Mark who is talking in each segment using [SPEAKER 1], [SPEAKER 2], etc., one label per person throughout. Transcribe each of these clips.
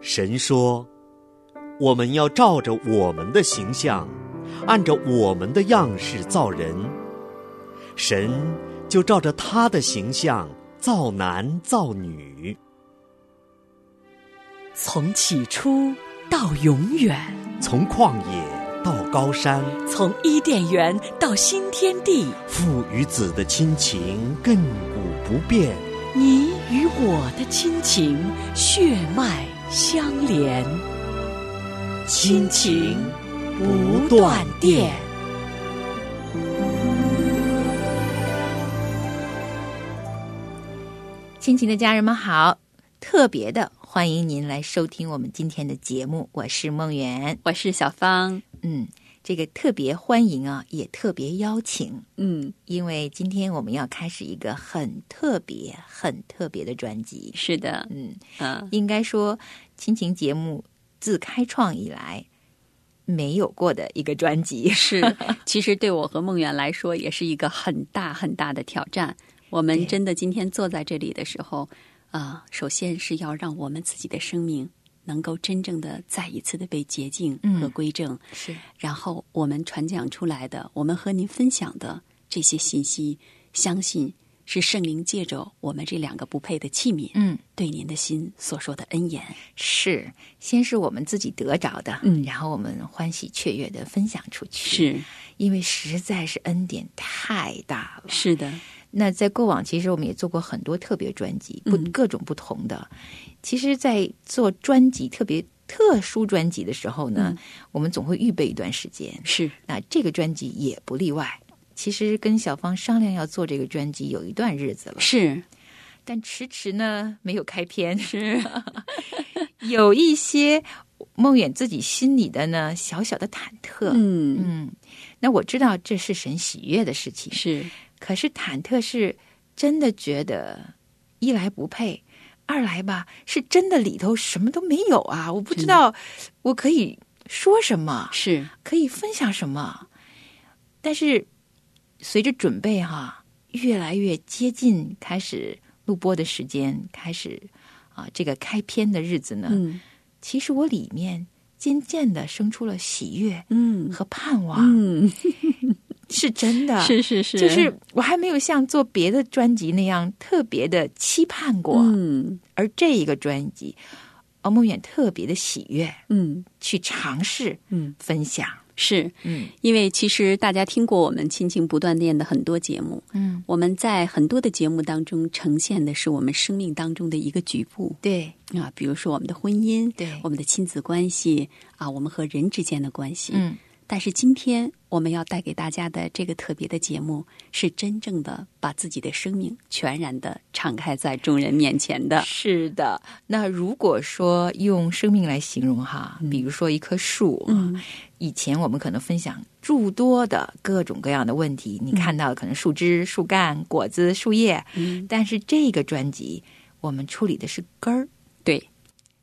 [SPEAKER 1] 神说：“我们要照着我们的形象，按照我们的样式造人。”神就照着他的形象造男造女。
[SPEAKER 2] 从起初到永远，
[SPEAKER 1] 从旷野到高山，
[SPEAKER 2] 从伊甸园到新天地，
[SPEAKER 1] 父与子的亲情亘古不变。
[SPEAKER 2] 你与我的亲情血脉相连，亲情不断电。
[SPEAKER 3] 亲情的家人们好，特别的欢迎您来收听我们今天的节目，我是梦圆。
[SPEAKER 4] 我是小芳。
[SPEAKER 3] 嗯，这个特别欢迎啊，也特别邀请，
[SPEAKER 4] 嗯，
[SPEAKER 3] 因为今天我们要开始一个很特别、很特别的专辑。
[SPEAKER 4] 是的，
[SPEAKER 3] 嗯，
[SPEAKER 4] 嗯，
[SPEAKER 3] 应该说，亲情节目自开创以来没有过的一个专 辑。
[SPEAKER 4] 是。其实对我和梦圆来说，也是一个很大很大的挑战。我
[SPEAKER 3] 对
[SPEAKER 4] 们真的今天坐在这里的时候，啊、首先是要让我们自己的生命能够真正的再一次的被洁净
[SPEAKER 3] 嗯
[SPEAKER 4] 和归正，
[SPEAKER 3] 是
[SPEAKER 4] 然后我们传讲出来的，我们和您分享的这些信息，相信是圣灵借着我们这两个不配的器皿，
[SPEAKER 3] 嗯，
[SPEAKER 4] 对您的心所说的恩言。
[SPEAKER 3] 是，先是我们自己得着的，
[SPEAKER 4] 嗯
[SPEAKER 3] 然后我们欢喜雀跃的分享出去，
[SPEAKER 4] 是
[SPEAKER 3] 因为实在是恩典太大了。
[SPEAKER 4] 是的，
[SPEAKER 3] 那在过往，其实我们也做过很多特别专辑，不、
[SPEAKER 4] 嗯
[SPEAKER 3] 各种不同的。其实，在做专辑特别特殊专辑的时候呢，
[SPEAKER 4] 嗯
[SPEAKER 3] 我们总会预备一段时间。
[SPEAKER 4] 是
[SPEAKER 3] 那这个专辑也不例外。其实跟小芳商量要做这个专辑有一段日子了，
[SPEAKER 4] 是
[SPEAKER 3] 但迟迟呢没有开篇。
[SPEAKER 4] 是，
[SPEAKER 3] 有一些梦远自己心里的呢小小的忐忑。
[SPEAKER 4] 嗯，
[SPEAKER 3] 嗯那我知道这是神喜悦的事情，
[SPEAKER 4] 是
[SPEAKER 3] 可是忐忑是真的觉得一来不配，二来吧是真的里头什么都没有啊，我不知道我可以说什么，
[SPEAKER 4] 是，
[SPEAKER 3] 可以分享什么。但是随着准备哈、越来越接近开始录播的时间，开始啊这个开篇的日子呢，
[SPEAKER 4] 嗯
[SPEAKER 3] 其实我里面渐渐的生出了喜悦
[SPEAKER 4] 嗯
[SPEAKER 3] 和盼望，
[SPEAKER 4] 嗯，
[SPEAKER 3] 是真的，
[SPEAKER 4] 是是是，
[SPEAKER 3] 啊就是我还没有像做别的专辑那样特别的期盼过，
[SPEAKER 4] 嗯
[SPEAKER 3] 而这一个专辑，敖梦远特别的喜悦，
[SPEAKER 4] 嗯
[SPEAKER 3] 去尝试
[SPEAKER 4] 嗯，
[SPEAKER 3] 分享，
[SPEAKER 4] 是
[SPEAKER 3] 嗯
[SPEAKER 4] 因为其实大家听过我们亲情不断电的很多节目，
[SPEAKER 3] 嗯，
[SPEAKER 4] 我们在很多的节目当中呈现的是我们生命当中的一个局部
[SPEAKER 3] 对
[SPEAKER 4] 啊，比如说我们的婚姻，
[SPEAKER 3] 对
[SPEAKER 4] 我们的亲子关系啊，我们和人之间的关系，
[SPEAKER 3] 嗯
[SPEAKER 4] 但是今天我们要带给大家的这个特别的节目，是真正的把自己的生命全然的敞开在众人面前的。
[SPEAKER 3] 是的。那如果说用生命来形容哈，
[SPEAKER 4] 嗯
[SPEAKER 3] 比如说一棵树，嗯，以前我们可能分享诸多的各种各样的问题，你看到的可能树枝、树干、果子、树叶，
[SPEAKER 4] 嗯，
[SPEAKER 3] 但是这个专辑我们处理的是根儿，
[SPEAKER 4] 对，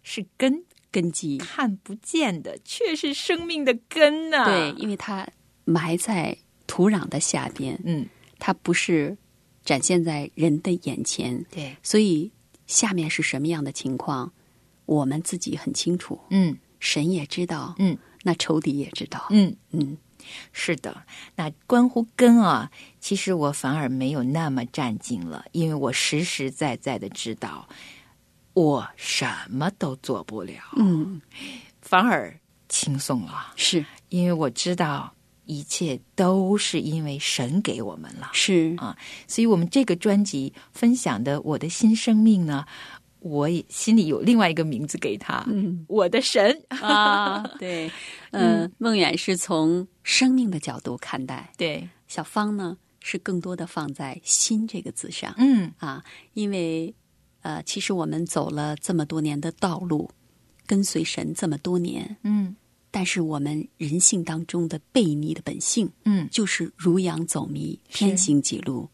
[SPEAKER 3] 是根，
[SPEAKER 4] 根基，
[SPEAKER 3] 看不见的，却是生命的根呐、
[SPEAKER 4] 对，，因为它埋在土壤的下边，
[SPEAKER 3] 嗯，
[SPEAKER 4] 它不是展现在人的眼前，
[SPEAKER 3] 对，
[SPEAKER 4] 所以下面是什么样的情况，我们自己很清楚，
[SPEAKER 3] 嗯
[SPEAKER 4] 神也知道，
[SPEAKER 3] 嗯，
[SPEAKER 4] 那仇敌也知道，
[SPEAKER 3] 嗯，
[SPEAKER 4] 嗯，
[SPEAKER 3] 是的。那关乎根啊，其实我反而没有那么占尽了，因为我实实在在的知道，我什么都做不了，
[SPEAKER 4] 嗯，
[SPEAKER 3] 反而轻松了，
[SPEAKER 4] 是
[SPEAKER 3] 因为我知道一切都是因为神给我们了。
[SPEAKER 4] 是
[SPEAKER 3] 啊所以我们这个专辑分享的我的新生命呢，我也心里有另外一个名字给它，
[SPEAKER 4] 嗯
[SPEAKER 3] 我的 神。
[SPEAKER 4] 啊， 对，嗯，梦远是从生命的角度看待，
[SPEAKER 3] 对，
[SPEAKER 4] 小芳呢是更多的放在“心”这个字上
[SPEAKER 3] 嗯
[SPEAKER 4] 啊，因为呃，其实我们走了这么多年的道路，跟随神这么多年，
[SPEAKER 3] 嗯
[SPEAKER 4] 但是我们人性当中的悖逆的本性，
[SPEAKER 3] 嗯，
[SPEAKER 4] 就是如羊走迷，
[SPEAKER 3] 是
[SPEAKER 4] 偏行己路，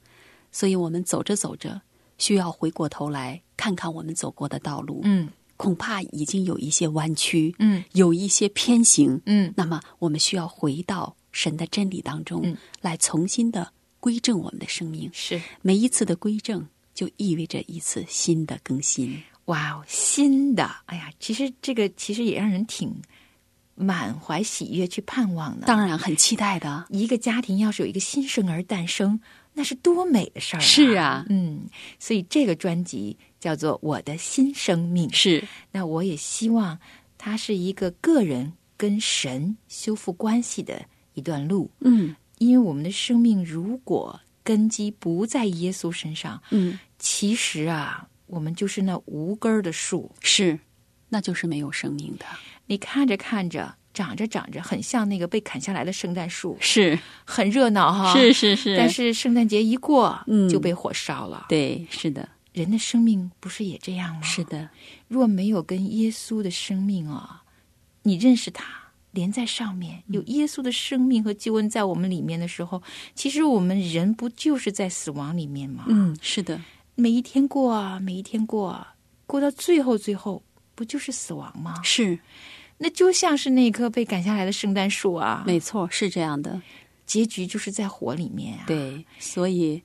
[SPEAKER 4] 所以我们走着走着，需要回过头来看看我们走过的道路，
[SPEAKER 3] 嗯
[SPEAKER 4] 恐怕已经有一些弯曲，
[SPEAKER 3] 嗯
[SPEAKER 4] 有一些偏行，
[SPEAKER 3] 嗯，
[SPEAKER 4] 那么我们需要回到神的真理当中，
[SPEAKER 3] 嗯
[SPEAKER 4] 来重新的归正我们的生命。
[SPEAKER 3] 是
[SPEAKER 4] 每一次的归正，就意味着一次新的更新。
[SPEAKER 3] 哇哦，新的，哎呀，其实这个其实也让人挺满怀喜悦去盼望的。
[SPEAKER 4] 当然很期待的。
[SPEAKER 3] 一个家庭要是有一个新生儿诞生，那是多美的事儿、啊！
[SPEAKER 4] 是啊，
[SPEAKER 3] 嗯，所以这个专辑叫做《我的新生命》。
[SPEAKER 4] 是，
[SPEAKER 3] 那我也希望它是一个个人跟神修复关系的一段路。
[SPEAKER 4] 嗯
[SPEAKER 3] 因为我们的生命如果根基不在耶稣身上，
[SPEAKER 4] 嗯，
[SPEAKER 3] 其实啊，我们就是那无根儿的树。
[SPEAKER 4] 是，那就是没有生命的。
[SPEAKER 3] 你看着看着，长着长着，很像那个被砍下来的圣诞树，
[SPEAKER 4] 是
[SPEAKER 3] 很热闹哈。
[SPEAKER 4] 是是是，
[SPEAKER 3] 但是圣诞节一过，
[SPEAKER 4] 嗯
[SPEAKER 3] 就被火烧了。
[SPEAKER 4] 对，是的，
[SPEAKER 3] 人的生命不是也这样吗？
[SPEAKER 4] 是的，
[SPEAKER 3] 若没有跟耶稣的生命啊，你认识他连在上面，
[SPEAKER 4] 嗯
[SPEAKER 3] 有耶稣的生命和救恩在我们里面的时候，其实我们人不就是在死亡里面吗？
[SPEAKER 4] 嗯，是的，
[SPEAKER 3] 每一天过啊，每一天过啊，过到最后最后，不就是死亡吗？
[SPEAKER 4] 是
[SPEAKER 3] 那就像是那棵被砍下来的圣诞树啊，
[SPEAKER 4] 没错，是这样的。
[SPEAKER 3] 结局就是在火里面啊。，
[SPEAKER 4] 对，所以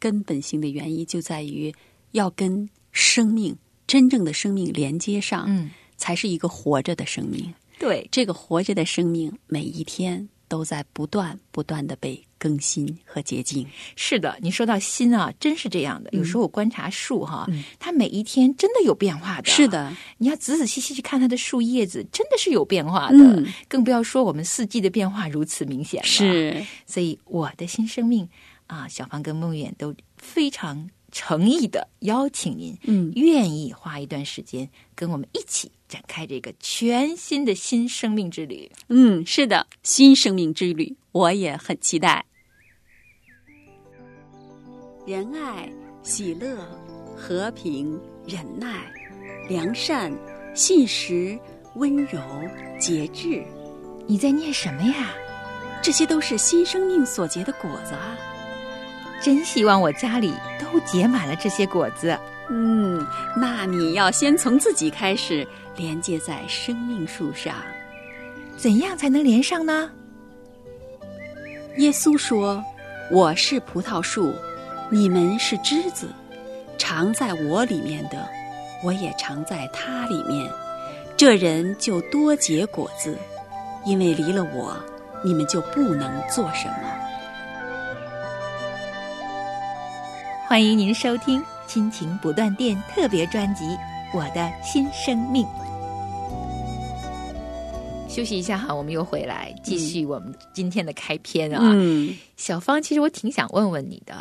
[SPEAKER 4] 根本性的原因就在于要跟生命真正的生命连接上，
[SPEAKER 3] 嗯，
[SPEAKER 4] 才是一个活着的生命。
[SPEAKER 3] 对，
[SPEAKER 4] 这个活着的生命，每一天都在不断不断的被更新和洁净。
[SPEAKER 3] 是的，你说到心啊，真是这样的。有时候我观察树哈、
[SPEAKER 4] 嗯
[SPEAKER 3] 它每一天真的有变化的。
[SPEAKER 4] 是，的，
[SPEAKER 3] 你要仔仔细细去看它的树叶子，真的是有变化的。
[SPEAKER 4] 嗯
[SPEAKER 3] 更不要说我们四季的变化如此明显了。，
[SPEAKER 4] 是
[SPEAKER 3] 所以我的新生命啊，小芳跟梦远都非常诚意的邀请您，
[SPEAKER 4] 嗯
[SPEAKER 3] 愿意花一段时间跟我们一起展开这个全新的新生命之旅。
[SPEAKER 4] 嗯，是的，新生命之旅，我也很期待。仁爱、喜乐、和平、忍耐、良善、信实、温柔、节制，
[SPEAKER 3] 你在念什么呀？
[SPEAKER 4] 这些都是新生命所结的果子啊。
[SPEAKER 3] 真希望我家里都结满了这些果子。
[SPEAKER 4] 嗯，那你要先从自己开始，连接在生命树上。
[SPEAKER 3] 怎样才能连上呢？
[SPEAKER 4] 耶稣说：“我是葡萄树，你们是枝子，常在我里面的，我也常在他里面。这人就多结果子，因为离了我，你们就不能做什么。
[SPEAKER 3] 欢迎您收听《亲情不断电》特别专辑《我的新生命》。休息一下哈，我们又回来继续我们今天的开篇啊。
[SPEAKER 4] 嗯，
[SPEAKER 3] 小芳，其实我挺想问问你的，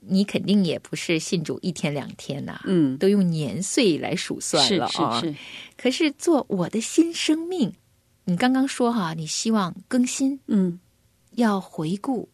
[SPEAKER 3] 你肯定也不是信主一天两天呐、
[SPEAKER 4] 嗯，
[SPEAKER 3] 都用年岁来数算
[SPEAKER 4] 是
[SPEAKER 3] 了啊。
[SPEAKER 4] 是是，
[SPEAKER 3] 可是做我的新生命，你刚刚说哈、你希望更新，
[SPEAKER 4] 嗯，
[SPEAKER 3] 要回顾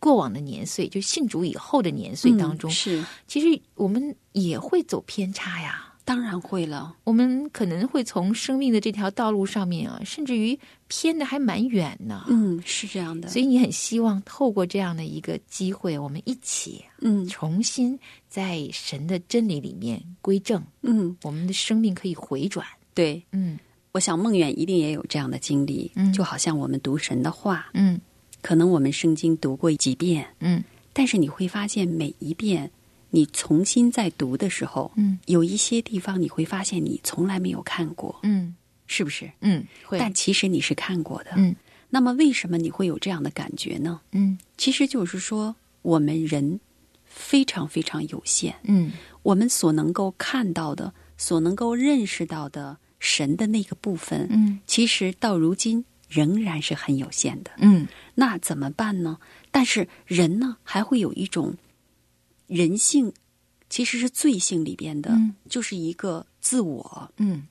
[SPEAKER 3] 过往的年岁，就信主以后的年岁当中，
[SPEAKER 4] 嗯是
[SPEAKER 3] 其实我们也会走偏差呀。
[SPEAKER 4] 当然会了。
[SPEAKER 3] 我们可能会从生命的这条道路上面啊，甚至于偏的还蛮远呢。
[SPEAKER 4] 嗯，是这样的。
[SPEAKER 3] 所以你很希望透过这样的一个机会，我们一起
[SPEAKER 4] 嗯
[SPEAKER 3] 重新在神的真理里面归正，
[SPEAKER 4] 嗯，
[SPEAKER 3] 我们的生命可以回转。
[SPEAKER 4] 对，
[SPEAKER 3] 嗯
[SPEAKER 4] 我想梦远一定也有这样的经历。
[SPEAKER 3] 嗯
[SPEAKER 4] 就好像我们读神的话，
[SPEAKER 3] 嗯
[SPEAKER 4] 可能我们圣经读过几遍。
[SPEAKER 3] 嗯
[SPEAKER 4] 但是你会发现，每一遍你重新再读的时候，
[SPEAKER 3] 嗯
[SPEAKER 4] 有一些地方你会发现你从来没有看过，
[SPEAKER 3] 嗯
[SPEAKER 4] 是不是？
[SPEAKER 3] 嗯，会。
[SPEAKER 4] 但其实你是看过的。
[SPEAKER 3] 嗯
[SPEAKER 4] 那么为什么你会有这样的感觉呢？
[SPEAKER 3] 嗯
[SPEAKER 4] 其实就是说，我们人非常非常有限，
[SPEAKER 3] 嗯
[SPEAKER 4] 我们所能够看到的、所能够认识到的神的那个部分，
[SPEAKER 3] 嗯
[SPEAKER 4] 其实到如今仍然是很有限的。
[SPEAKER 3] 嗯
[SPEAKER 4] 那怎么办呢？但是人呢，还会有一种人性，其实是罪性里边的，
[SPEAKER 3] 嗯
[SPEAKER 4] 就是一个自我。
[SPEAKER 3] 嗯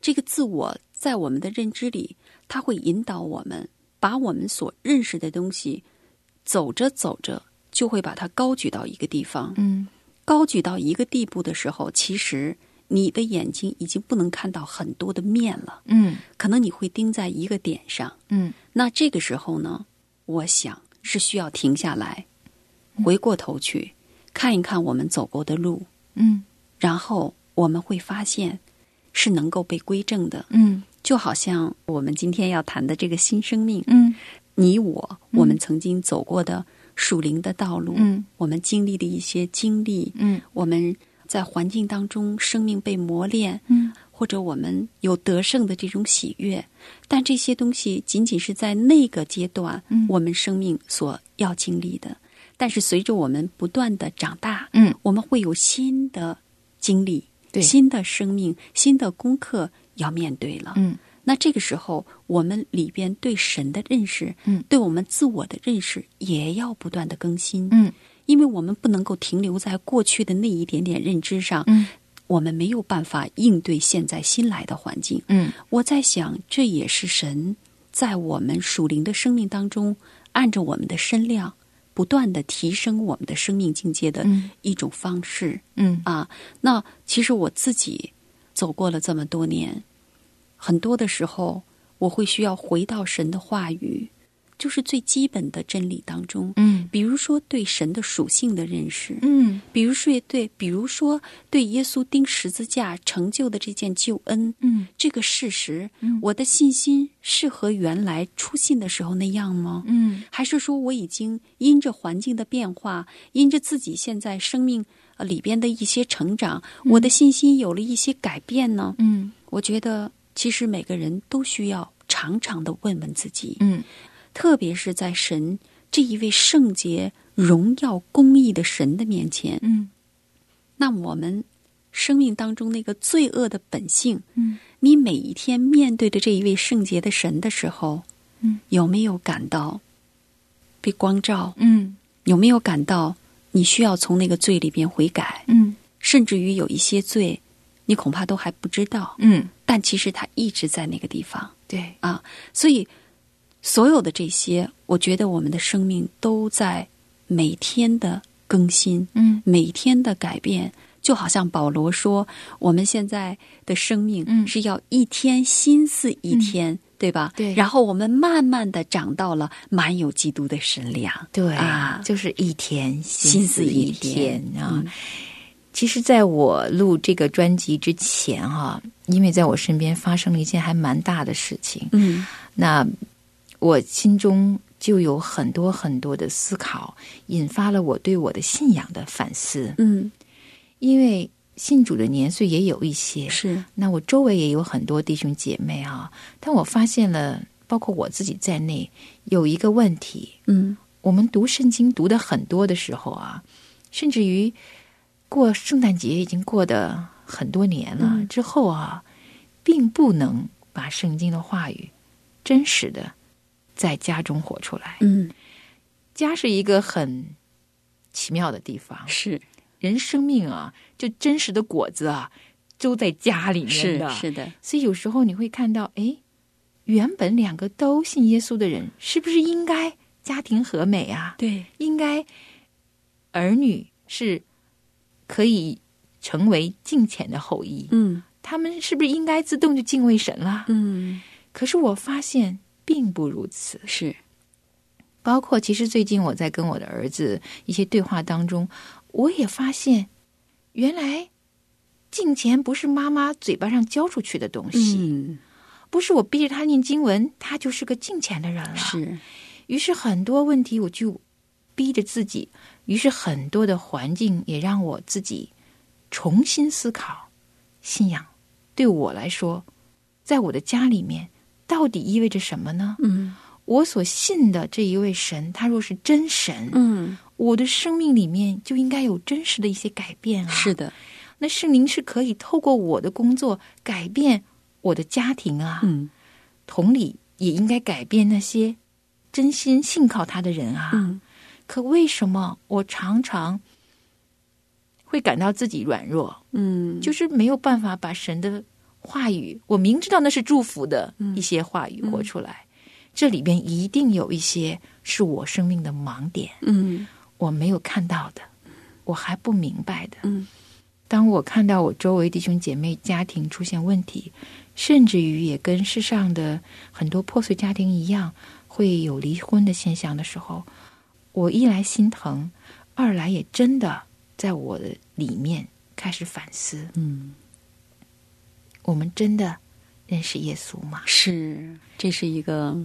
[SPEAKER 4] 这个自我在我们的认知里，它会引导我们，把我们所认识的东西，走着走着就会把它高举到一个地方，
[SPEAKER 3] 嗯
[SPEAKER 4] 高举到一个地步的时候，其实你的眼睛已经不能看到很多的面了，
[SPEAKER 3] 嗯
[SPEAKER 4] 可能你会盯在一个点上。
[SPEAKER 3] 嗯
[SPEAKER 4] 那这个时候呢，我想是需要停下来，回过头去看一看我们走过的路，
[SPEAKER 3] 嗯
[SPEAKER 4] 然后我们会发现是能够被归正的。
[SPEAKER 3] 嗯
[SPEAKER 4] 就好像我们今天要谈的这个新生命，
[SPEAKER 3] 嗯
[SPEAKER 4] 你我，我们曾经走过的属灵的道路，
[SPEAKER 3] 嗯
[SPEAKER 4] 我们经历的一些经历，
[SPEAKER 3] 嗯
[SPEAKER 4] 我们在环境当中，生命被磨练，
[SPEAKER 3] 嗯，
[SPEAKER 4] 或者我们有得胜的这种喜悦，但这些东西仅仅是在那个阶段，
[SPEAKER 3] 嗯
[SPEAKER 4] 我们生命所要经历的。但是随着我们不断的长大，
[SPEAKER 3] 嗯，
[SPEAKER 4] 我们会有新的经历、
[SPEAKER 3] 对
[SPEAKER 4] 新的生命、新的功课要面对了。
[SPEAKER 3] 嗯
[SPEAKER 4] 那这个时候，我们里边对神的认识，
[SPEAKER 3] 嗯
[SPEAKER 4] 对我们自我的认识也要不断的更新，
[SPEAKER 3] 嗯
[SPEAKER 4] 因为我们不能够停留在过去的那一点点认知上，
[SPEAKER 3] 嗯
[SPEAKER 4] 我们没有办法应对现在新来的环境。
[SPEAKER 3] 嗯
[SPEAKER 4] 我在想，这也是神在我们属灵的生命当中，按着我们的身量，不断的提升我们的生命境界的
[SPEAKER 3] 嗯
[SPEAKER 4] 一种方式。
[SPEAKER 3] 嗯
[SPEAKER 4] 啊，那其实我自己走过了这么多年，很多的时候我会需要回到神的话语，就是最基本的真理当中，
[SPEAKER 3] 嗯
[SPEAKER 4] 比如说对神的属性的认识，
[SPEAKER 3] 嗯
[SPEAKER 4] 比如说对，比如说对耶稣钉十字架成就的这件救恩，
[SPEAKER 3] 嗯
[SPEAKER 4] 这个事实
[SPEAKER 3] 嗯，
[SPEAKER 4] 我的信心是和原来初信的时候那样吗？
[SPEAKER 3] 嗯
[SPEAKER 4] 还是说我已经因着环境的变化，因着自己现在生命呃里边的一些成长，我的信心有了一些改变呢？
[SPEAKER 3] 嗯
[SPEAKER 4] 我觉得其实每个人都需要常常的问问自己，
[SPEAKER 3] 嗯
[SPEAKER 4] 特别是在神这一位圣洁、荣耀、公义的神的面前，
[SPEAKER 3] 嗯
[SPEAKER 4] 那我们生命当中那个罪恶的本性，
[SPEAKER 3] 嗯
[SPEAKER 4] 你每一天面对着这一位圣洁的神的时候，
[SPEAKER 3] 嗯，
[SPEAKER 4] 有没有感到被光照？
[SPEAKER 3] 嗯
[SPEAKER 4] 有没有感到你需要从那个罪里边悔改？
[SPEAKER 3] 嗯
[SPEAKER 4] 甚至于有一些罪，你恐怕都还不知道，
[SPEAKER 3] 嗯，
[SPEAKER 4] 但其实它一直在那个地方。
[SPEAKER 3] 对，
[SPEAKER 4] 啊所以，所有的这些，我觉得我们的生命都在每天的更新，
[SPEAKER 3] 嗯
[SPEAKER 4] 每天的改变。就好像保罗说，我们现在的生
[SPEAKER 3] 嗯
[SPEAKER 4] 命是要一天心思一天，对吧？
[SPEAKER 3] 对
[SPEAKER 4] 然后我们慢慢的长到了满有基督的神量。
[SPEAKER 3] 对
[SPEAKER 4] 啊
[SPEAKER 3] 就是一天
[SPEAKER 4] 心思一
[SPEAKER 3] 天
[SPEAKER 4] 天
[SPEAKER 3] 啊。
[SPEAKER 4] 嗯
[SPEAKER 3] 其实，在我录这个专辑之前哈、因为在我身边发生了一件还蛮大的事情，
[SPEAKER 4] 嗯
[SPEAKER 3] 那我心中就有很多很多的思考，引发了我对我的信仰的反思。
[SPEAKER 4] 嗯，
[SPEAKER 3] 因为信主的年岁也有一些，
[SPEAKER 4] 是
[SPEAKER 3] 那我周围也有很多弟兄姐妹啊，但我发现了，包括我自己在内，有一个问题，
[SPEAKER 4] 嗯
[SPEAKER 3] 我们读圣经读的很多的时候啊，甚至于过圣诞节已经过的很多年了、
[SPEAKER 4] 嗯
[SPEAKER 3] 之后啊，并不能把圣经的话语真实的在家中活出来。
[SPEAKER 4] 嗯
[SPEAKER 3] 家是一个很奇妙的地方，
[SPEAKER 4] 是
[SPEAKER 3] 人生命啊，就真实的果子啊，都在家里面
[SPEAKER 4] 是
[SPEAKER 3] 的。
[SPEAKER 4] 是的，
[SPEAKER 3] 所以有时候你会看到，哎，原本两个都信耶稣的人，是不是应该家庭和美啊？
[SPEAKER 4] 对
[SPEAKER 3] 应该儿女是可以成为敬虔的后裔，
[SPEAKER 4] 嗯
[SPEAKER 3] 他们是不是应该自动就敬畏神了？
[SPEAKER 4] 嗯
[SPEAKER 3] 可是我发现并不如此。
[SPEAKER 4] 是
[SPEAKER 3] 包括其实最近我在跟我的儿子一些对话当中，我也发现，原来敬虔不是妈妈嘴巴上教出去的东西，
[SPEAKER 4] 嗯
[SPEAKER 3] 不是我逼着他念经文，他就是个敬虔的人了。
[SPEAKER 4] 是
[SPEAKER 3] 于是很多问题我就逼着自己，于是很多的环境也让我自己重新思考信仰对我来说，在我的家里面到底意味着什么呢？
[SPEAKER 4] 嗯
[SPEAKER 3] 我所信的这一位神，他若是真神，
[SPEAKER 4] 嗯
[SPEAKER 3] 我的生命里面就应该有真实的一些改变啊。
[SPEAKER 4] 是，的
[SPEAKER 3] 那圣灵是可以透过我的工作改变我的家庭啊。
[SPEAKER 4] 嗯
[SPEAKER 3] 同理，也应该改变那些真心信靠他的人啊。
[SPEAKER 4] 嗯
[SPEAKER 3] 可为什么我常常会感到自己软弱，
[SPEAKER 4] 嗯
[SPEAKER 3] 就是没有办法把神的话语，我明知道那是祝福的一
[SPEAKER 4] 嗯
[SPEAKER 3] 些话语活出来。这里边一定有一些是我生命的盲点，
[SPEAKER 4] 嗯
[SPEAKER 3] 我没有看到的，我还不明白的。
[SPEAKER 4] 嗯
[SPEAKER 3] 当我看到我周围弟兄姐妹家庭出现问题，甚至于也跟世上的很多破碎家庭一样，会有离婚的现象的时候，我一来心疼，二来也真的在我的里面开始反思：
[SPEAKER 4] 嗯
[SPEAKER 3] 我们真的认识耶稣吗？
[SPEAKER 4] 是，这是一个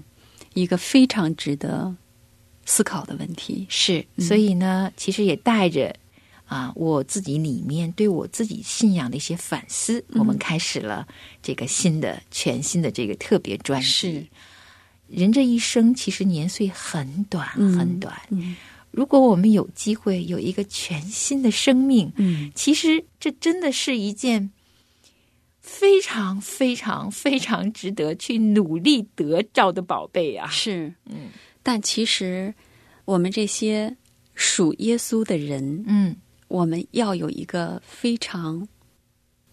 [SPEAKER 4] 一个非常值得思考的问题。嗯
[SPEAKER 3] 是，所以呢，其实也带着啊，我自己里面对我自己信仰的一些反思，
[SPEAKER 4] 嗯
[SPEAKER 3] 我们开始了这个新的、全新的这个特别专辑。
[SPEAKER 4] 是
[SPEAKER 3] 人这一生其实年岁很短
[SPEAKER 4] 嗯
[SPEAKER 3] 很短，
[SPEAKER 4] 嗯
[SPEAKER 3] 如果我们有机会有一个全新的生命，
[SPEAKER 4] 嗯
[SPEAKER 3] 其实这真的是一件非常非常非常值得去努力得着的宝贝啊！
[SPEAKER 4] 是，
[SPEAKER 3] 嗯
[SPEAKER 4] 但其实我们这些属耶稣的人，
[SPEAKER 3] 嗯
[SPEAKER 4] 我们要有一个非常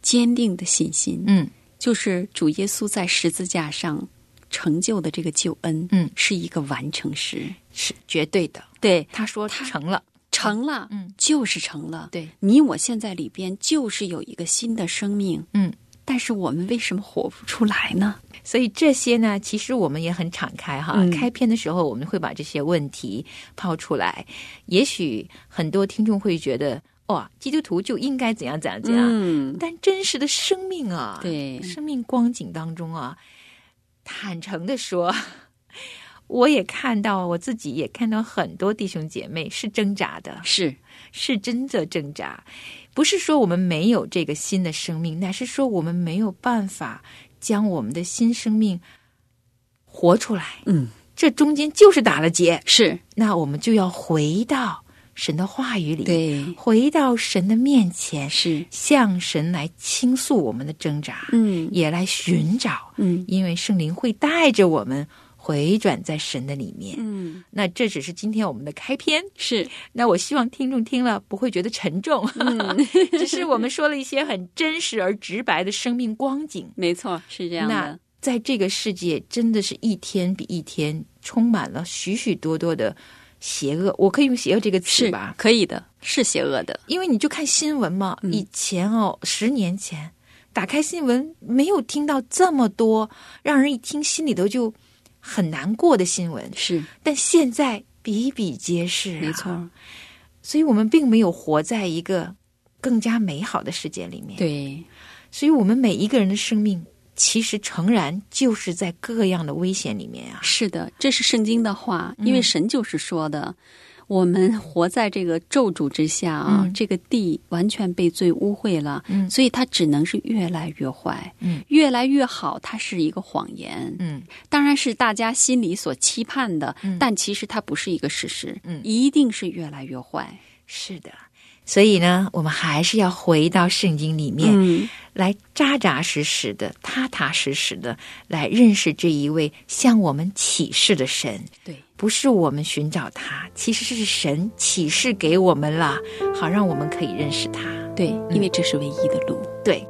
[SPEAKER 4] 坚定的信心，
[SPEAKER 3] 嗯
[SPEAKER 4] 就是主耶稣在十字架上成就的这个救恩，
[SPEAKER 3] 嗯
[SPEAKER 4] 是一个完成时，
[SPEAKER 3] 是绝对的。
[SPEAKER 4] 对，
[SPEAKER 3] 他说
[SPEAKER 4] 他
[SPEAKER 3] 成了，
[SPEAKER 4] 成了，
[SPEAKER 3] 嗯，
[SPEAKER 4] 就是成了。
[SPEAKER 3] 对，
[SPEAKER 4] 你我现在里边就是有一个新的生命，
[SPEAKER 3] 嗯。
[SPEAKER 4] 但是我们为什么活不出来呢？
[SPEAKER 3] 所以这些呢，其实我们也很敞开哈。
[SPEAKER 4] 嗯
[SPEAKER 3] 开篇的时候，我们会把这些问题抛出来。也许很多听众会觉得，哇，基督徒就应该怎样怎样怎样。
[SPEAKER 4] 嗯，
[SPEAKER 3] 但真实的生命啊，
[SPEAKER 4] 对
[SPEAKER 3] 生命光景当中啊，坦诚的说， 我也看到，我自己也看到很多弟兄姐妹是挣扎的，
[SPEAKER 4] 是
[SPEAKER 3] 是真的挣扎，不是说我们没有这个新的生命，乃是说我们没有办法将我们的新生命活出来。
[SPEAKER 4] 嗯，
[SPEAKER 3] 这中间就是打了结，
[SPEAKER 4] 是，
[SPEAKER 3] 那我们就要回到神的话语里，，
[SPEAKER 4] 对，
[SPEAKER 3] 回到神的面前，
[SPEAKER 4] 是，
[SPEAKER 3] 向神来倾诉我们的挣扎，
[SPEAKER 4] 嗯
[SPEAKER 3] 也来寻找，
[SPEAKER 4] 嗯
[SPEAKER 3] 因为圣灵会带着我们回转在神的里面。
[SPEAKER 4] 嗯，
[SPEAKER 3] 那这只是今天我们的开篇。
[SPEAKER 4] 是
[SPEAKER 3] 那我希望听众听了不会觉得沉重，
[SPEAKER 4] 嗯
[SPEAKER 3] 只是我们说了一些很真实而直白的生命光景。
[SPEAKER 4] 没错，是这样
[SPEAKER 3] 那
[SPEAKER 4] 的。
[SPEAKER 3] 在这个世界，真的是一天比一天充满了许许多多的邪恶。我可以用邪恶这个词
[SPEAKER 4] 是
[SPEAKER 3] 吧？
[SPEAKER 4] 可以的，是嗯邪恶的，
[SPEAKER 3] 因为你就看新闻嘛，以前哦，十年前打开新闻，没有听到这么多让人一听心里头就很难过的新闻，
[SPEAKER 4] 是
[SPEAKER 3] 但现在比比皆是、啊
[SPEAKER 4] 没错，
[SPEAKER 3] 所以我们并没有活在一个更加美好的世界里面。，
[SPEAKER 4] 对，
[SPEAKER 3] 所以我们每一个人的生命，其实诚然就是在各样的危险里面啊。
[SPEAKER 4] 是的，这是圣经的话，因为神就是说的。我们活在这个咒诅之下啊，
[SPEAKER 3] 嗯
[SPEAKER 4] 这个地完全被罪污秽了，
[SPEAKER 3] 嗯
[SPEAKER 4] 所以它只能是越来越坏，
[SPEAKER 3] 嗯
[SPEAKER 4] 越来越好，它是一个谎言，
[SPEAKER 3] 嗯
[SPEAKER 4] 当然是大家心里所期盼的，
[SPEAKER 3] 嗯
[SPEAKER 4] 但其实它不是一个事实，
[SPEAKER 3] 嗯
[SPEAKER 4] 一定是越来越坏。
[SPEAKER 3] 是的。所以呢，我们还是要回到圣经里面，
[SPEAKER 4] 嗯，
[SPEAKER 3] 来扎扎实实的、踏踏实实的来认识这一位向我们启示的神。
[SPEAKER 4] 对，
[SPEAKER 3] 不是我们寻找他，其实是神启示给我们了，好让我们可以认识他。
[SPEAKER 4] 对，
[SPEAKER 3] 嗯
[SPEAKER 4] 因为这是唯一的路。
[SPEAKER 3] 对，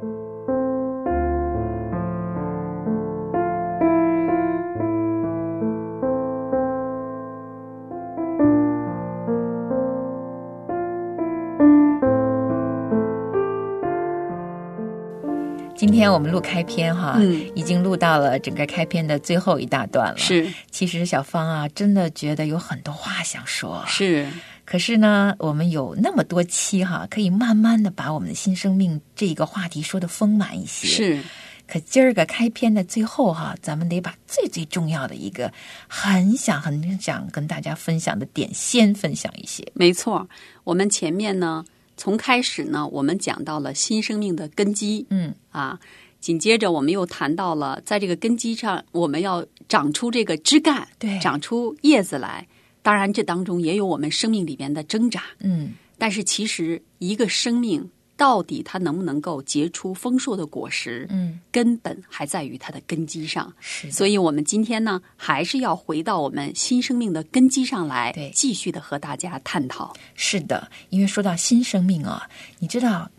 [SPEAKER 3] 今天我们录开篇哈，
[SPEAKER 4] 嗯
[SPEAKER 3] 已经录到了整个开篇的最后一大段了。，
[SPEAKER 4] 是
[SPEAKER 3] 其实小芳啊，真的觉得有很多话想说。
[SPEAKER 4] 是，
[SPEAKER 3] 可是呢，我们有那么多期哈，可以慢慢的把我们的新生命这个话题说的丰满一些。，
[SPEAKER 4] 是
[SPEAKER 3] 可今儿个开篇的最后哈，咱们得把最最重要的一个很想很想跟大家分享的点先分享一些。
[SPEAKER 4] 没错。我们前面呢，从开始呢，我们讲到了新生命的根基
[SPEAKER 3] 嗯
[SPEAKER 4] 啊，紧接着我们又谈到了在这个根基上，我们要长出这个枝干，
[SPEAKER 3] 对
[SPEAKER 4] 长出叶子来。当然，这当中也有我们生命里边的挣扎。
[SPEAKER 3] 嗯，
[SPEAKER 4] 但是其实一个生命到底它能不能够结出丰硕的果实，
[SPEAKER 3] 嗯，
[SPEAKER 4] 根本还在于它的根基上。
[SPEAKER 3] 是
[SPEAKER 4] 所
[SPEAKER 3] 以
[SPEAKER 4] 以，我们今天呢，还是要回到我们新生命的根基上来
[SPEAKER 3] 对，
[SPEAKER 4] 继续的和大家探讨。
[SPEAKER 3] 是的，因为说到新生命啊，你知道。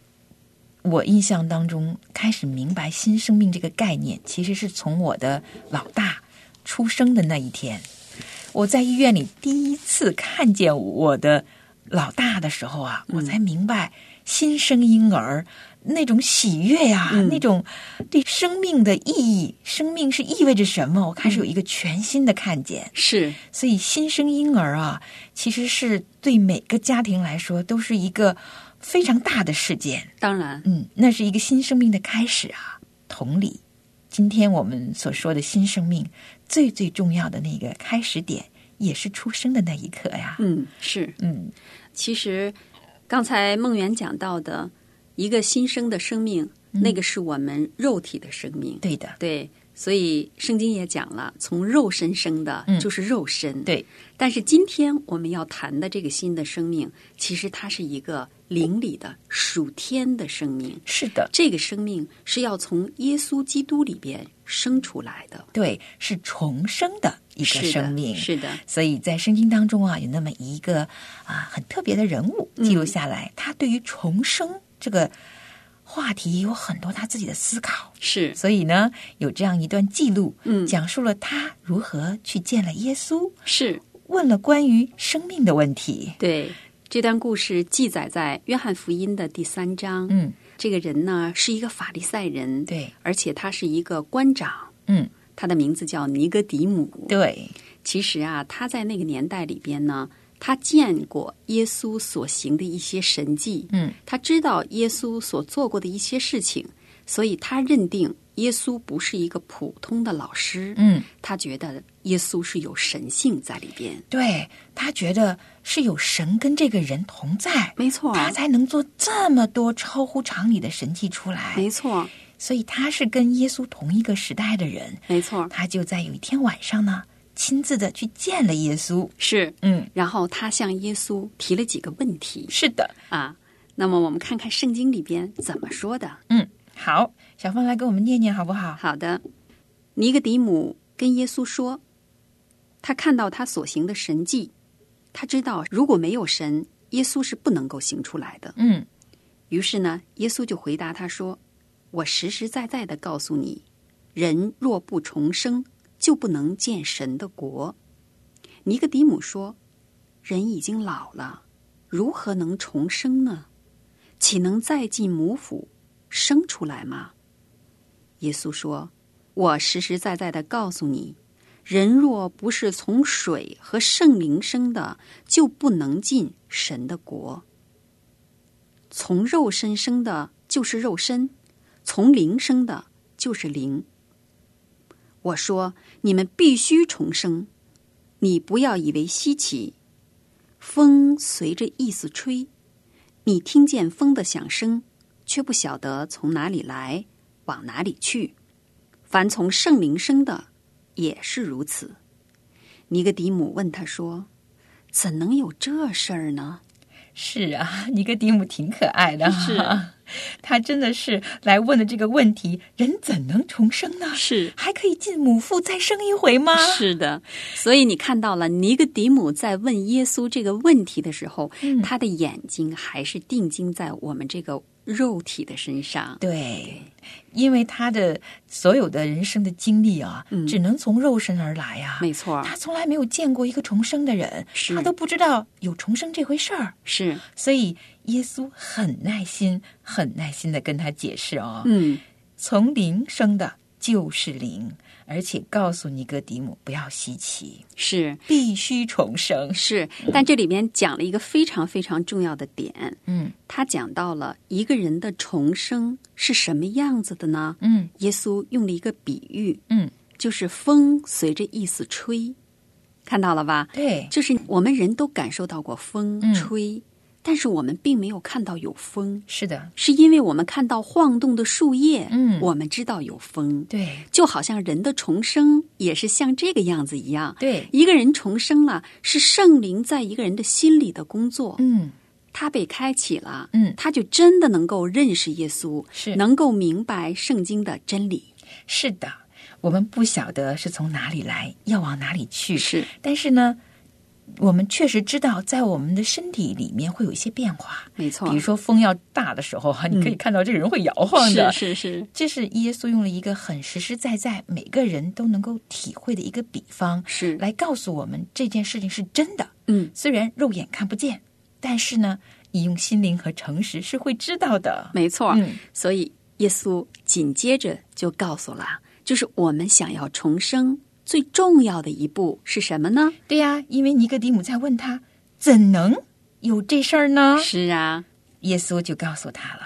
[SPEAKER 3] 我印象当中，开始明白新生命这个概念，其实是从我的老大出生的那一天。我在医院里第一次看见我的老大的时候啊，我才明白新生婴儿那种喜悦呀、那种对生命的意义，生命是意味着什么，我开始有一个全新的看见。
[SPEAKER 4] 是
[SPEAKER 3] 所以新生婴儿啊，其实是对每个家庭来说都是一个非常大的事件。
[SPEAKER 4] 当然，
[SPEAKER 3] 嗯，那是一个新生命的开始啊。同理，今天我们所说的新生命，最最重要的那个
[SPEAKER 4] 嗯
[SPEAKER 3] 开始点，也是出生的那一刻呀。
[SPEAKER 4] 嗯，是。
[SPEAKER 3] 嗯
[SPEAKER 4] 其实刚才梦圆讲到的一个新生的生命，
[SPEAKER 3] 嗯
[SPEAKER 4] 那个是我们肉体的生命。
[SPEAKER 3] 对的，
[SPEAKER 4] 对，所以圣经也讲了，从肉身生的
[SPEAKER 3] 嗯
[SPEAKER 4] 就是肉身。
[SPEAKER 3] 对，
[SPEAKER 4] 但是今天我们要谈的这个新的生命，其实它是一个灵里的属天的生命。
[SPEAKER 3] 是的，
[SPEAKER 4] 这个生命是要从耶稣基督里边生出来的，
[SPEAKER 3] 对，是重生的一个
[SPEAKER 4] 是的
[SPEAKER 3] 生命，
[SPEAKER 4] 是的，
[SPEAKER 3] 所以在圣经当中啊，有那么一个啊很特别的人物
[SPEAKER 4] 嗯
[SPEAKER 3] 记录下来，他对于重生这个话题有很多他自己的思考。
[SPEAKER 4] 是
[SPEAKER 3] 所以呢，有这样一段记录，
[SPEAKER 4] 嗯
[SPEAKER 3] 讲述了他如何去见了耶稣，
[SPEAKER 4] 是，
[SPEAKER 3] 问了关于生命的问题。
[SPEAKER 4] 对。这段故事记载在约翰福音的第三章。
[SPEAKER 3] 嗯，
[SPEAKER 4] 这个人呢是一个法利赛人，，
[SPEAKER 3] 对，
[SPEAKER 4] 而且他是一个官长，
[SPEAKER 3] 嗯，
[SPEAKER 4] 他的名字叫尼哥底母。
[SPEAKER 3] 对，
[SPEAKER 4] 其实啊，他在那个年代里边呢，他见过耶稣所行的一些神迹，
[SPEAKER 3] 嗯，
[SPEAKER 4] 他知道耶稣所做过的一些事情，所以他认定耶稣不是一个普通的老师，
[SPEAKER 3] 嗯，
[SPEAKER 4] 他觉得耶稣是有神性在里边，
[SPEAKER 3] 对，他觉得是有神跟这个人同在，
[SPEAKER 4] 没错，
[SPEAKER 3] 他才能做这么多超乎常理的神迹出来。
[SPEAKER 4] 没错，
[SPEAKER 3] 所以他是跟耶稣同一个时代的人，
[SPEAKER 4] 没错，
[SPEAKER 3] 他就在有一天晚上呢，亲自的去见了耶稣。
[SPEAKER 4] 是。
[SPEAKER 3] 嗯，
[SPEAKER 4] 然后他向耶稣提了几个问题
[SPEAKER 3] 是的，
[SPEAKER 4] 啊，那么我们看看圣经里边怎么说的。
[SPEAKER 3] 嗯，好，小芳来给我们念念好不好？
[SPEAKER 4] 好的，尼格底姆跟耶稣说，他看到他所行的神迹，他知道如果没有神，耶稣是不能够行出来的。
[SPEAKER 3] 嗯
[SPEAKER 4] 于是呢，耶稣就回答他说：“我实实在在的告诉你，人若不重生，就不能见神的国。”尼格底姆说：“人已经老了，如何能重生呢？岂能再进母腹生出来吗？”耶稣说：“我实实在在的告诉你，人若不是从水和圣灵生的，就不能进神的国。”从肉身生的就是肉身，从灵生的就是灵。我说你们必须重生，你不要以为稀奇。风随着意思吹，你听见风的响声，却不晓得从哪里来，往哪里去。凡从圣灵生的也是如此。尼格底姆问他说：“怎能有这事儿呢？”
[SPEAKER 3] 是啊， 尼哥底母挺可爱的、
[SPEAKER 4] 是，
[SPEAKER 3] 他真的是来问的这个问题：人怎能重生呢？
[SPEAKER 4] 是
[SPEAKER 3] 还可以进母腹再生一回吗？
[SPEAKER 4] 是的，所以你看到了尼格底母在问耶稣这个问题的时候，
[SPEAKER 3] 嗯
[SPEAKER 4] 他的眼睛还是定睛在我们这个肉体的身上。
[SPEAKER 3] 对，因为他的所有的人生的经历啊，只能从肉身而来呀、
[SPEAKER 4] 嗯没错，
[SPEAKER 3] 他从来没有见过一个重生的人，
[SPEAKER 4] 是
[SPEAKER 3] 他都不知道有重生这回事儿，
[SPEAKER 4] 是
[SPEAKER 3] 所以耶稣很耐心、很耐心的跟他解释哦，
[SPEAKER 4] 嗯，
[SPEAKER 3] 从灵生的就是灵，而且告诉尼哥底母不要稀奇，
[SPEAKER 4] 是
[SPEAKER 3] 必须重生。
[SPEAKER 4] 是，但这里边讲了一个非常非常重要的点，
[SPEAKER 3] 嗯
[SPEAKER 4] 他讲到了一个人的重生是什么样子的呢？
[SPEAKER 3] 嗯
[SPEAKER 4] 耶稣用了一个比喻，
[SPEAKER 3] 嗯，
[SPEAKER 4] 就是风随着意思吹，看到了吧？
[SPEAKER 3] 对，
[SPEAKER 4] 就是我们人都感受到过风
[SPEAKER 3] 嗯
[SPEAKER 4] 吹，但是我们并没有看到有风，
[SPEAKER 3] 是的，
[SPEAKER 4] 是因为我们看到晃动的树叶，
[SPEAKER 3] 嗯
[SPEAKER 4] 我们知道有风。
[SPEAKER 3] 对
[SPEAKER 4] 就好像人的重生也是像这个样子一样，
[SPEAKER 3] 对，
[SPEAKER 4] 一个人重生了，是圣灵在一个人的心里的工作，
[SPEAKER 3] 嗯
[SPEAKER 4] 他被开启了，
[SPEAKER 3] 嗯
[SPEAKER 4] 他就真的能够认识耶稣，
[SPEAKER 3] 是
[SPEAKER 4] 能够明白圣经的真理，
[SPEAKER 3] 是的，我们不晓得是从哪里来，要往哪里去，
[SPEAKER 4] 是
[SPEAKER 3] 但是呢，我们确实知道，在我们的身体里面会有一些变化。
[SPEAKER 4] 没错嗯
[SPEAKER 3] 比如，说风要大的时候啊，你可以看到这个人会摇晃的。
[SPEAKER 4] 是是是，
[SPEAKER 3] 这是耶稣用了一个很实实在在、每个人都能够体会的一个比方，
[SPEAKER 4] 是
[SPEAKER 3] 来告诉我们这件事情是真的。
[SPEAKER 4] 嗯，
[SPEAKER 3] 虽然肉眼看不见，但是呢，你用心灵和诚实是会知道的。
[SPEAKER 4] 没错，
[SPEAKER 3] 嗯
[SPEAKER 4] 所以耶稣紧接着就告诉了，就是我们想要重生最重要的一步是什么呢？
[SPEAKER 3] 对呀、因为尼哥底母在问他，怎能有这事儿呢？
[SPEAKER 4] 是啊，
[SPEAKER 3] 耶稣就告诉他了。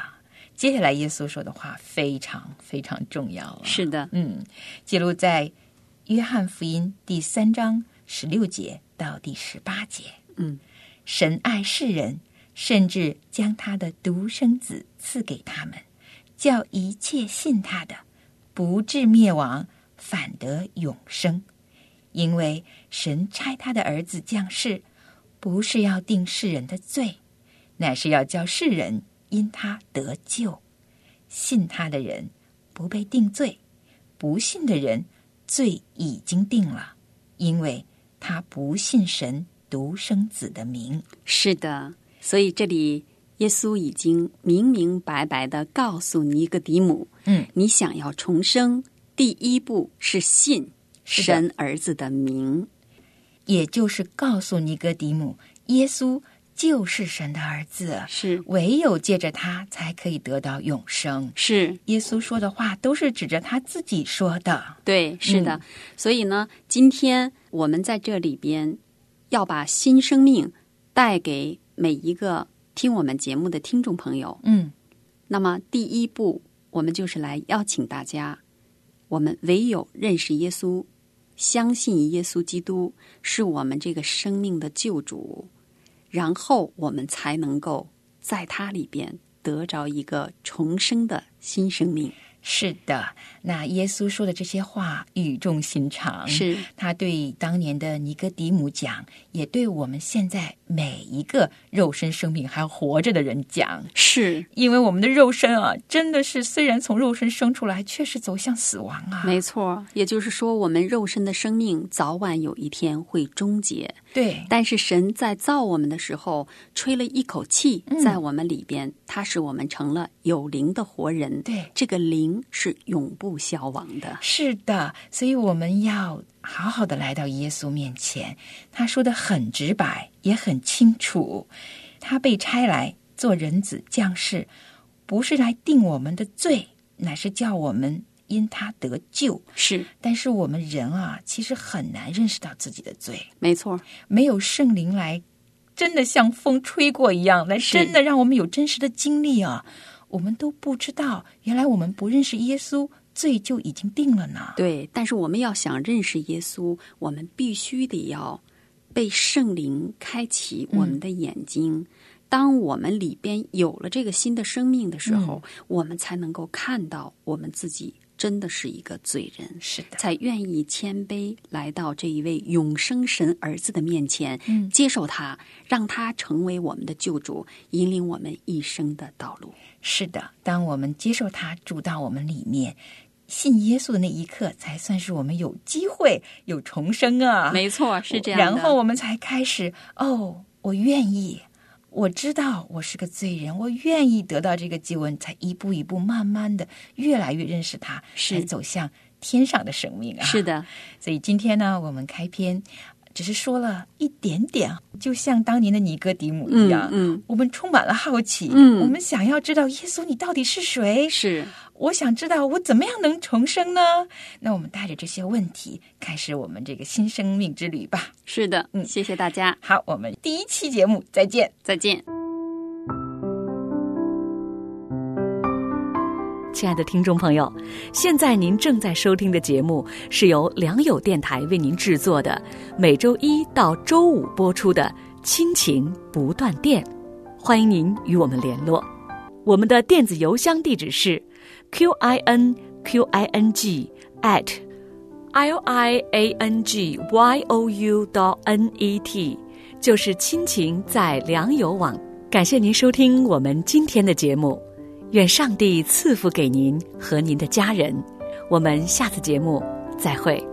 [SPEAKER 3] 接下来，耶稣说的话非常非常重要啊。
[SPEAKER 4] 是的，
[SPEAKER 3] 嗯，记录在约翰福音第三章十六节到第十八节。
[SPEAKER 4] 嗯，
[SPEAKER 3] 神爱世人，甚至将他的独生子赐给他们，叫一切信他的不至灭亡，反得永生。因为神差他的儿子降世，不是要定世人的罪，乃是要叫世人因他得救。信他的人不被定罪，不信的人罪已经定了，因为他不信神独生子的名。
[SPEAKER 4] 是的，所以这里耶稣已经明明白白的告诉尼哥底母，
[SPEAKER 3] 嗯，
[SPEAKER 4] 你想要重生，第一步是信
[SPEAKER 3] 是的
[SPEAKER 4] 神儿子的名。
[SPEAKER 3] 也就是告诉尼哥底母，耶稣就是神的儿子，
[SPEAKER 4] 是
[SPEAKER 3] 唯有借着他才可以得到永生。
[SPEAKER 4] 是，
[SPEAKER 3] 耶稣说的话都是指着他自己说的，
[SPEAKER 4] 对，是的。所以呢，今天我们在这里边要把新生命带给每一个听我们节目的听众朋友。
[SPEAKER 3] 嗯，
[SPEAKER 4] 那么第一步，我们就是来邀请大家，我们唯有认识耶稣，相信耶稣基督是我们这个生命的救主，然后我们才能够在他里边得着一个重生的新生命。
[SPEAKER 3] 是的。那耶稣说的这些话语重心长，
[SPEAKER 4] 是
[SPEAKER 3] 他对当年的尼哥底母讲，也对我们现在每一个肉身生命还活着的人讲。
[SPEAKER 4] 是，
[SPEAKER 3] 因为我们的肉身啊，真的是虽然从肉身生出来，却是走向死亡啊。
[SPEAKER 4] 没错。也就是说，我们肉身的生命早晚有一天会终结。
[SPEAKER 3] 对，
[SPEAKER 4] 但是神在造我们的时候，吹了一口气
[SPEAKER 3] 嗯
[SPEAKER 4] 在我们里边，它使我们成了有灵的活人。
[SPEAKER 3] 对
[SPEAKER 4] 这个灵是永不消亡的。
[SPEAKER 3] 是的，所以我们要好好的来到耶稣面前。他说的很直白，也很清楚。他被差来做人子降世，不是来定我们的罪，乃是叫我们因他得救。
[SPEAKER 4] 是，
[SPEAKER 3] 但是我们人啊，其实很难认识到自己的罪，
[SPEAKER 4] 没错，
[SPEAKER 3] 没有圣灵来，真的像风吹过一样，来
[SPEAKER 4] 是
[SPEAKER 3] 真的让我们有真实的经历啊，我们都不知道，原来我们不认识耶稣，罪就已经定了呢。
[SPEAKER 4] 对。但是我们要想认识耶稣，我们必须得要被圣灵开启我
[SPEAKER 3] 嗯
[SPEAKER 4] 们的眼睛。当我们里边有了这个新的生命的
[SPEAKER 3] 嗯
[SPEAKER 4] 时候，我们才能够看到我们自己真的是一个罪人。
[SPEAKER 3] 是的，
[SPEAKER 4] 才愿意谦卑来到这一位永生神儿子的面前，
[SPEAKER 3] 嗯
[SPEAKER 4] 接受他，让他成为我们的救主，引领我们一生的道路。
[SPEAKER 3] 是的。当我们接受他住到我们里面，信耶稣的那一刻，才算是我们有机会有重生啊。
[SPEAKER 4] 错，
[SPEAKER 3] 然后我们才开始哦，我愿意，我知道我是个罪人，我愿意得到这个救恩，才一步一步慢慢的越来越认识他，
[SPEAKER 4] 是
[SPEAKER 3] 才走向天上的生命啊。
[SPEAKER 4] 是的，
[SPEAKER 3] 所以今天呢，我们开篇只是说了一点点，就像当年的尼哥底母一样，
[SPEAKER 4] 嗯嗯
[SPEAKER 3] 我们充满了好奇，
[SPEAKER 4] 嗯
[SPEAKER 3] 我们想要知道耶稣你到底是谁？
[SPEAKER 4] 是
[SPEAKER 3] 我想知道我怎么样能重生呢？那我们带着这些问题，开始我们这个新生命之旅吧。
[SPEAKER 4] 是的，
[SPEAKER 3] 嗯
[SPEAKER 4] 谢谢大家，
[SPEAKER 3] 好，我们第一期节目再见。
[SPEAKER 4] 再见。
[SPEAKER 2] 亲爱的听众朋友，现在您正在收听的节目是由良友电台为您制作的，每周一到周五播出的《亲情不断电》，欢迎您与我们联络。我们的电子邮箱地址是 q i n q i n g at l i a n g y o u dot n e t，就是亲情在良友网。感谢您收听我们今天的节目。愿上帝赐福给您和您的家人。我们下次节目再会。